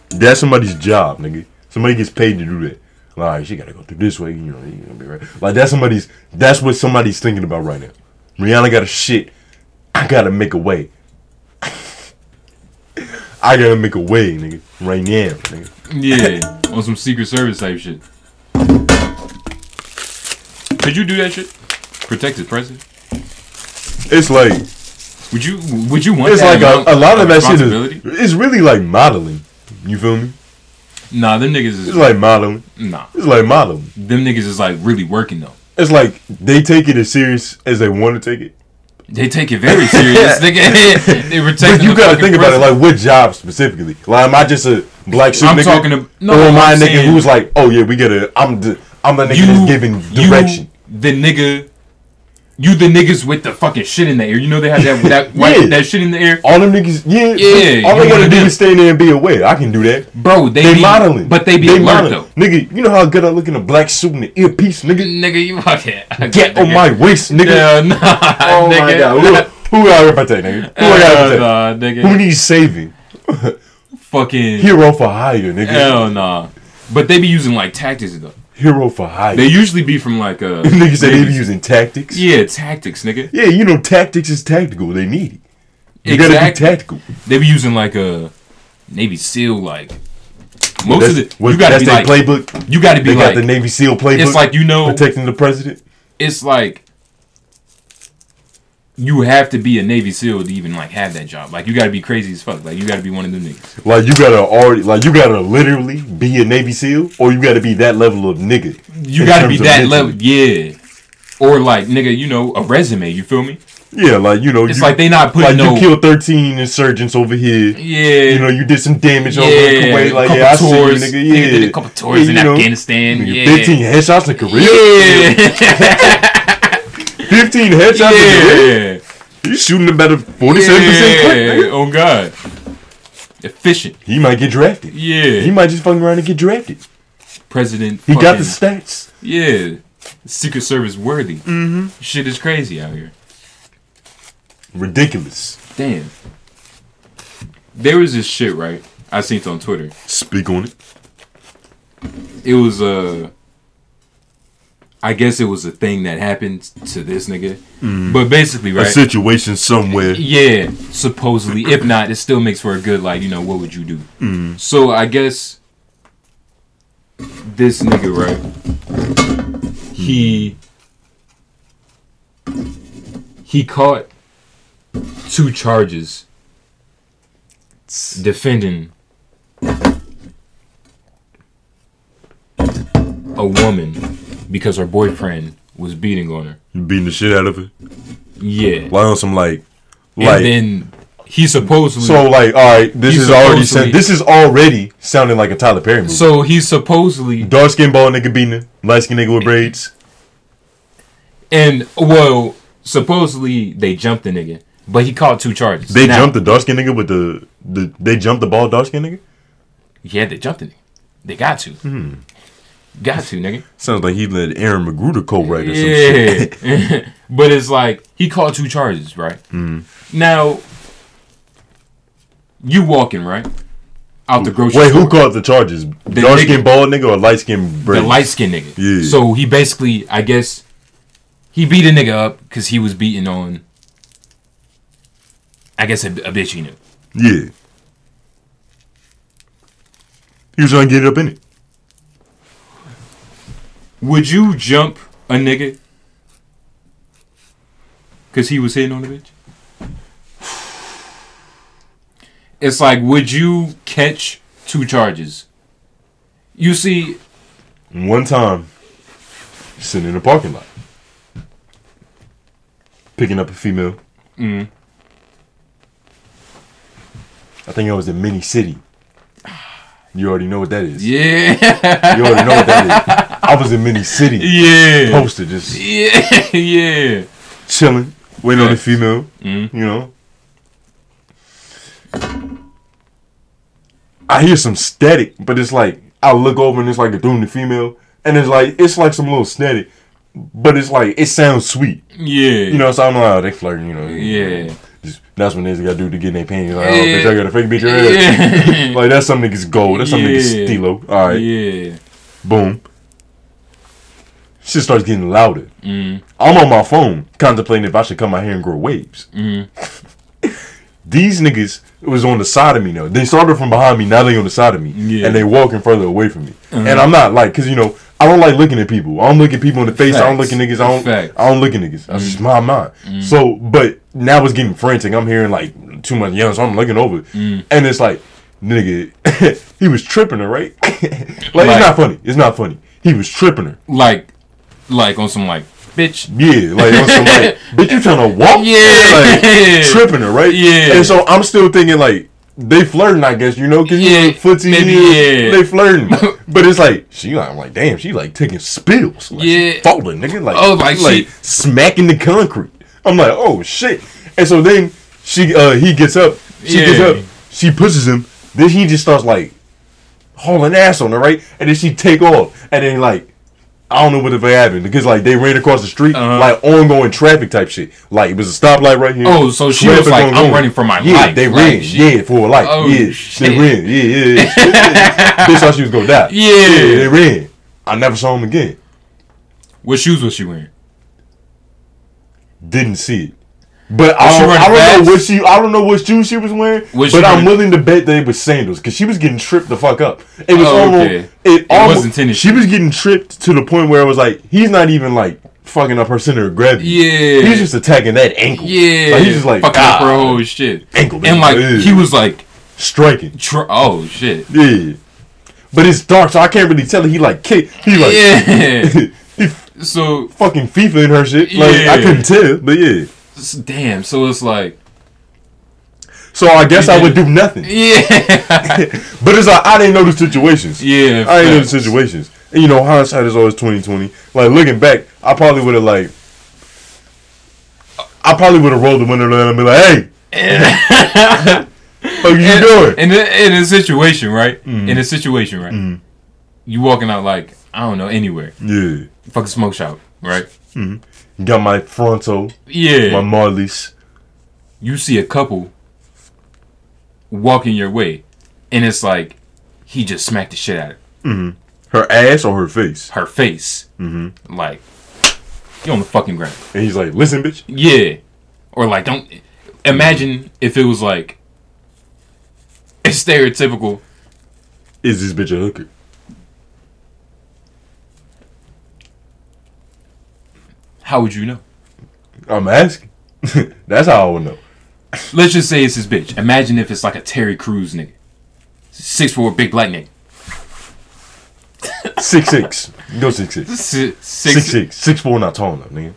That's somebody's job, nigga. Somebody gets paid to do that. Like she gotta go through this way, you know. You gonna be right. Like that's somebody's. That's what somebody's thinking about right now. Rihanna got a shit. I gotta make a way. I gotta make a way, nigga. Right now, nigga.
Yeah, on some Secret Service type shit. Could you do that shit? Protect his president?
It's like
Would you? Would you want?
it's
that
like
amount
a, a lot of that shit
responsibility?
is it's really like modeling. You feel me?
Nah, them niggas is
It's like modeling.
nah.
It's like modeling.
Them niggas is like really working though.
It's like they take it as serious as they want to take it.
They take it very serious. nigga. they protect.
But you gotta think about it, like what job specifically? Like, am I just a black shit
I'm
nigga,
talking to- no,
or am I a
I'm
nigga
saying-
who's like, oh yeah, we gotta, I'm, the, I'm a nigga that's giving direction.
You, the nigga. You the niggas with the fucking shit in the air. You know they have that that white,
Yeah.
that shit in the air,
all them niggas, yeah,
Yeah,
all
you
they
wanna
gotta do
do-
is stay there and be aware. I can do that.
bro. They,
They
be,
modeling,
but they be alert
modeling. Nigga, you know how good I look in a black suit and an earpiece,
though.
nigga.
Nigga, you okay?
Get on my waist, nigga.
Yeah, nah,
Oh
nigga.
my god, who, who gotta protect, nigga? Who I gotta
Hell
protect?
nah,
Who
nigga.
needs saving?
Fucking
Hero for hire, nigga.
hell nah. But they be using like tactics though.
Hero for hire.
They usually be from like uh
niggas say they be using tactics.
Yeah, tactics, nigga.
Yeah, you know, tactics is tactical. They need it. You gotta be
Exactly.
tactical.
They be using like a Navy SEAL like
That's,
most of the
what-
you
that's
gotta be
their
like
playbook.
you gotta be
They
like
got the Navy SEAL playbook.
it's like you know
protecting the president.
it's like you have to be a Navy SEAL to even like have that job. Like you gotta be crazy as fuck. Like you gotta be one of them niggas.
Like you gotta already, like you gotta literally be a Navy SEAL, or you gotta be that level of nigga.
You
in
gotta
terms
be
of mental.
that level yeah. Or like nigga, you know, a resume, you feel me?
Yeah, like you know,
It's
you,
like they not
like
putting no
you killed thirteen insurgents over here.
Yeah.
You know, you did some damage over in
yeah,
Kuwait. Like
couple
yeah, I see you,
tours.
nigga. Yeah,
did a couple tours
Yeah,
in
you know,
Afghanistan.
nigga,
Yeah.
Fifteen headshots in Korea.
Yeah.
Fifteen headshots in Korea.
yeah.
You shooting about a forty-seven percent clip.
Yeah.
nigga.
Oh god. Efficient.
He might get drafted. He
Yeah.
might just fucking around and get drafted.
President.
He got the
fucking-
stats.
Yeah. Secret Service worthy. Mm-hmm. Shit is crazy out here.
Ridiculous.
Damn. There was this shit right. I seen it on Twitter.
Speak on it.
It was uh. I guess it was a thing that happened to this nigga, but basically,
A
right?
situation somewhere.
Yeah, supposedly. if not, it still makes for a good like, you know, what would you do? So I guess this nigga, right? He he caught two charges defending a woman because her boyfriend was beating on her.
You beating the shit out of it.
Yeah.
Like on some like, like.
and then he supposedly
so like, all right, this
He's
is already
supposed to
sound,
be-
this is already sounding like a Tyler Perry movie.
So he supposedly
Dark skin bald nigga beating him, light skin nigga with braids.
and well, supposedly they jumped the nigga, but he caught two charges.
They
Now,
jumped the Hmm. dark skin nigga with the the. They jumped the bald dark skin nigga.
Yeah, they jumped the nigga. They got to. Got to, nigga.
Sounds like he let Aaron Magruder co-write or some shit. Mm-hmm.
Yeah. but it's like he caught two charges, right? Now you walking, right? Out the grocery
Wait,
store.
who called the charges? Dark
nigga-
skinned bald nigga or light skinned
the light skinned nigga.
Yeah.
So he basically, I guess, he beat a nigga up because he was beating on, I guess, a, a bitch he knew.
Yeah. He was trying to get it up in it.
Would you jump a nigga because he was hitting on a bitch? It's like, would you catch two charges? You see,
One time, sitting in a parking lot, picking up a female.
Mm.
I think I was in Mini City. You already know what that is.
yeah,
You already know what that is. I was in Mini City,
yeah,
posted, just
yeah, yeah.
chilling, waiting on the
Yes.
female.
Mm.
You know. I hear some static, but it's like I look over and it's like a doom the female, and it's like it's like some little static, but it's like it sounds sweet.
Yeah,
You know, so I'm like, oh, they flirting. You know.
yeah.
Just- that's when niggas got to do to get in their panties. Like, oh, bitch, I got to fake beat your ass.
Yeah.
like that's some niggas gold. That's some
Yeah.
niggas stilo. All right,
Yeah.
boom. Shit starts getting louder.
Mm.
I'm on my phone contemplating if I should come out here and grow waves.
Mhm.
These niggas was on the side of me now. They started from behind me. Now they on the side of me,
Yeah. Uh-huh.
and they walking further away from me. And I'm not like, cause you know, I don't like looking at people. I don't look at people in the face. I don't
Facts.
look at niggas. I don't.
Facts. Mm-hmm.
I don't look at niggas. That's just my mind. So, but now it's getting frantic. I'm hearing like too much yelling, so I'm looking over,
Mm-hmm.
and it's like, nigga, he was tripping her, right? like, it's
Like-
not funny. It's not funny. He was tripping her.
Like, like on some like bitch.
Yeah, like on some like, bitch, you trying to walk?
Yeah.
like, tripping her, right?
Yeah.
and so I'm still thinking like they flirting, I guess you know, cause
Yeah,
yeah, footsie,
maybe,
yeah,
yeah.
they flirting, but it's like she, like, I'm like, damn, she like taking spills, like,
Yeah.
falling, nigga, like,
Oh, like she-
smacking the concrete. I'm like, oh shit, and so then she, uh, he gets up, she gets
Yeah.
up, she pushes him, then he just starts like hauling ass on her, right, and then she take off, and then like. I don't know what if it happened because like they ran across the street
Uh-huh.
like ongoing traffic type shit. Like it was a stoplight right here.
Oh, so she
Traffic
was like,
going
"I'm
on."
running for my
yeah,
life,"
They
like,
ran,
shit.
yeah, for a life.
Oh,
yeah,
shit.
they ran, yeah, yeah. yeah. they thought she was gonna die.
Yeah.
they ran. I never saw him again.
What shoes was she wearing?
Didn't see it. But
Was
I
she
don't,
running
I don't
fast?
know what she I don't know what shoes she was wearing.
Was she
but I'm
running-
willing to bet that it was sandals because she was getting tripped the fuck up. It was
Oh,
almost
okay.
it, almost,
wasn't tennis
She
shoes.
was getting tripped to the point where it was like he's not even like fucking up her center of gravity.
Yeah.
he's just attacking that ankle.
Yeah.
like, he's just like
fucking
ah,
up her whole shit.
ankle,
And like
yeah.
he was like,
striking.
tr- oh shit.
Yeah. But it's dark, so I can't really tell. He like kick. He like
Yeah.
he
so
fucking FIFA in her shit. Like
Yeah.
I couldn't tell, but yeah.
s- damn. So it's like,
So I guess
You
I would
did
do nothing.
yeah,
but it's like I didn't know the situations.
yeah.
I ain't know the
facts.
situations. And you know, hindsight is always twenty twenty. Like looking back, I probably would have like, I probably would have rolled the window down and be like, "Hey, what you doing?"
In a, in a situation, right?
Mm-hmm.
In a situation, right? You walking out like I don't know anywhere,
yeah,
fucking smoke shop, right?
got my Fronto,
Yeah.
my Marleys.
you see a couple walking your way, and it's like he just smacked the shit out of
Her ass or her face?
her face. Mm-hmm. Like, you on the fucking ground.
And he's like, listen, bitch.
Yeah. Or like, don't. Imagine if it was like a stereotypical.
Is this bitch a hooker?
How would you know?
I'm asking. That's how I would know.
Let's just say it's his bitch. Imagine if it's like a Terry Crews nigga, six four big black nigga,
Six six. Go six six.
six
Six six. Six four not tall enough, nigga.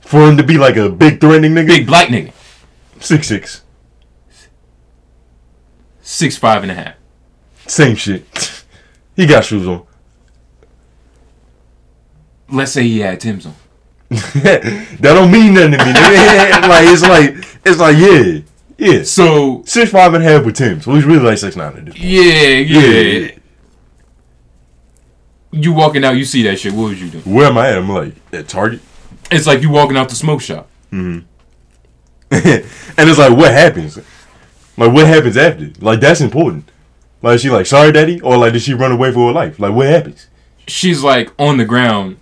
For him to be like a big threatening nigga.
big black nigga,
Six six.
six five and a half.
Same shit. He got shoes on.
Let's say he had Tim's on.
that don't mean nothing to me. nigga. like it's like it's like yeah. Yeah.
So
Six five and a half with Tim's. So he's really like six nine at this point.
yeah, yeah,
Yeah.
You walking out, you see that shit. What would you do?
Where am I at? I'm like, at Target?
It's like you walking out the smoke shop.
and it's like, what happens? Like, what happens after? Like, that's important. Like, is she like, sorry, daddy? Or like, did she run away for her life? Like, what happens?
She's like on the ground,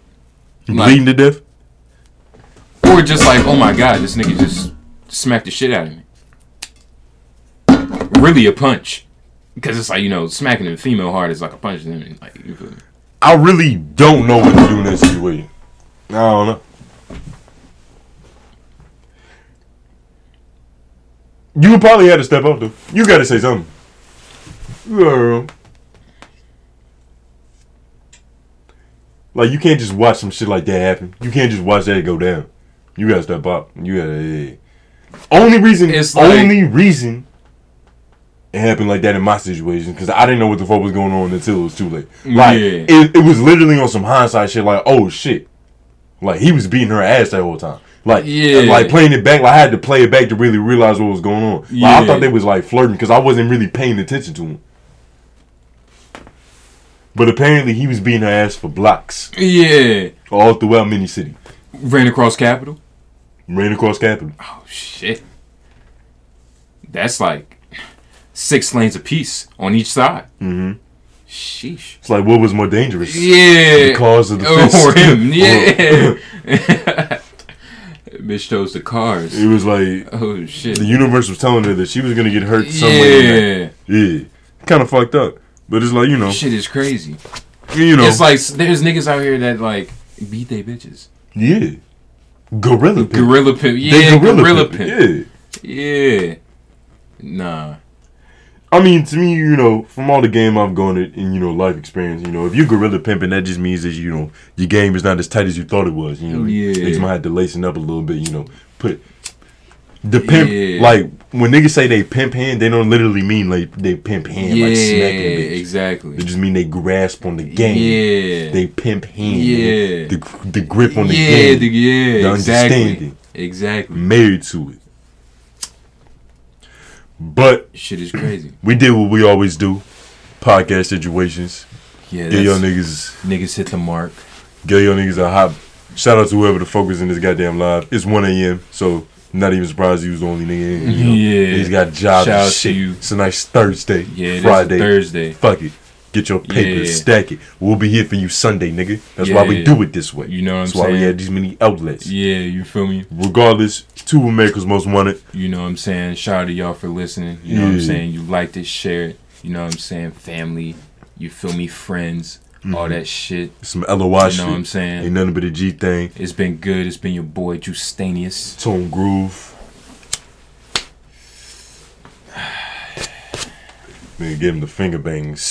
like,
Bleeding to death?
or just like, oh my god, this nigga just smacked the shit out of me. Really a punch, because it's like you know smacking a female hard is like a punch. And then, like you feel me?
I really don't know what to do in that situation. I don't know. You probably had to step up though. You got to say something. Girl. Like you can't just watch some shit like that happen. You can't just watch that go down. You gotta step up. You gotta. yeah. Only reason.
It's like-
only reason. It happened like that in my situation because I didn't know what the fuck was going on until it was too late. Like
Yeah.
it, it was literally on some hindsight shit. Like oh shit, like he was beating her ass that whole time. Like
Yeah.
like playing it back. Like I had to play it back to really realize what was going on. Like, I
Yeah.
thought they was like flirting because I wasn't really paying attention to him. But apparently he was beating her ass for blocks
Yeah,
all throughout Mini City,
ran across Capitol.
ran across Capitol.
Oh shit. That's like six lanes apiece on each side. Mm-hmm. Sheesh.
It's like what was more dangerous?
Yeah.
The cause of the
Or-
fist.
Or him.
Or-
Yeah. Bitch chose the cars.
It was like
Oh shit.
the universe was telling her that she was gonna get hurt some way. in that.
Yeah.
Yeah, kind of fucked up. But it's like you know,
Shit is crazy.
you know,
It's like s- there's niggas out here that like beat they bitches.
yeah, gorilla pimp.
Gorilla pimp.
They
Yeah, gorilla, pimp.
Yeah.
Yeah. Nah.
I mean, to me, you know, from all the game I've gone at and you know life experience, you know, if you're gorilla pimping, that just means that you know your game is not as tight as you thought it was. You know,
Yeah.
niggas might have to lacing up a little bit. You know, put the pimp
Yeah.
like when niggas say they pimp hand, they don't literally mean like they pimp hand
yeah,
like smacking bitch. They
exactly.
just mean they grasp on the game.
Yeah.
They pimp hand.
Yeah.
The, the grip on the
yeah,
game.
the, yeah,
the
exactly.
understanding.
Exactly.
married to it. But
Shit is crazy.
We did what we always do. Podcast situations.
Yeah,
Get your
that's-
niggas
niggas hit the mark.
get your niggas a hop. Shout out to whoever the fuck was in this goddamn live. It's one AM, so not even surprised you was the only nigga in. You know?
Yeah.
He's got jobs
Shout out
and
to
shit.
you.
It's a nice Thursday.
Yeah, it is
Friday.
Thursday.
Fuck it. Get your papers,
Yeah.
stack it. We'll be here for you Sunday, nigga. That's why we
Yeah.
do it this way.
You know what I'm
That's why we
saying?
had these many outlets.
Yeah, you feel me?
Regardless, two America's most wanted.
You know what I'm saying? Shout out to y'all for listening. You know what I'm
Yeah.
saying? You liked it, share it. You know what I'm saying? Family, you feel me? Friends, all that shit.
Some LOI Mm-hmm.
You
shit.
know what I'm saying?
Ain't nothing but a G thing.
It's been good. It's been your boy Justanius.
Tone Groove. Man, give him the finger bangs.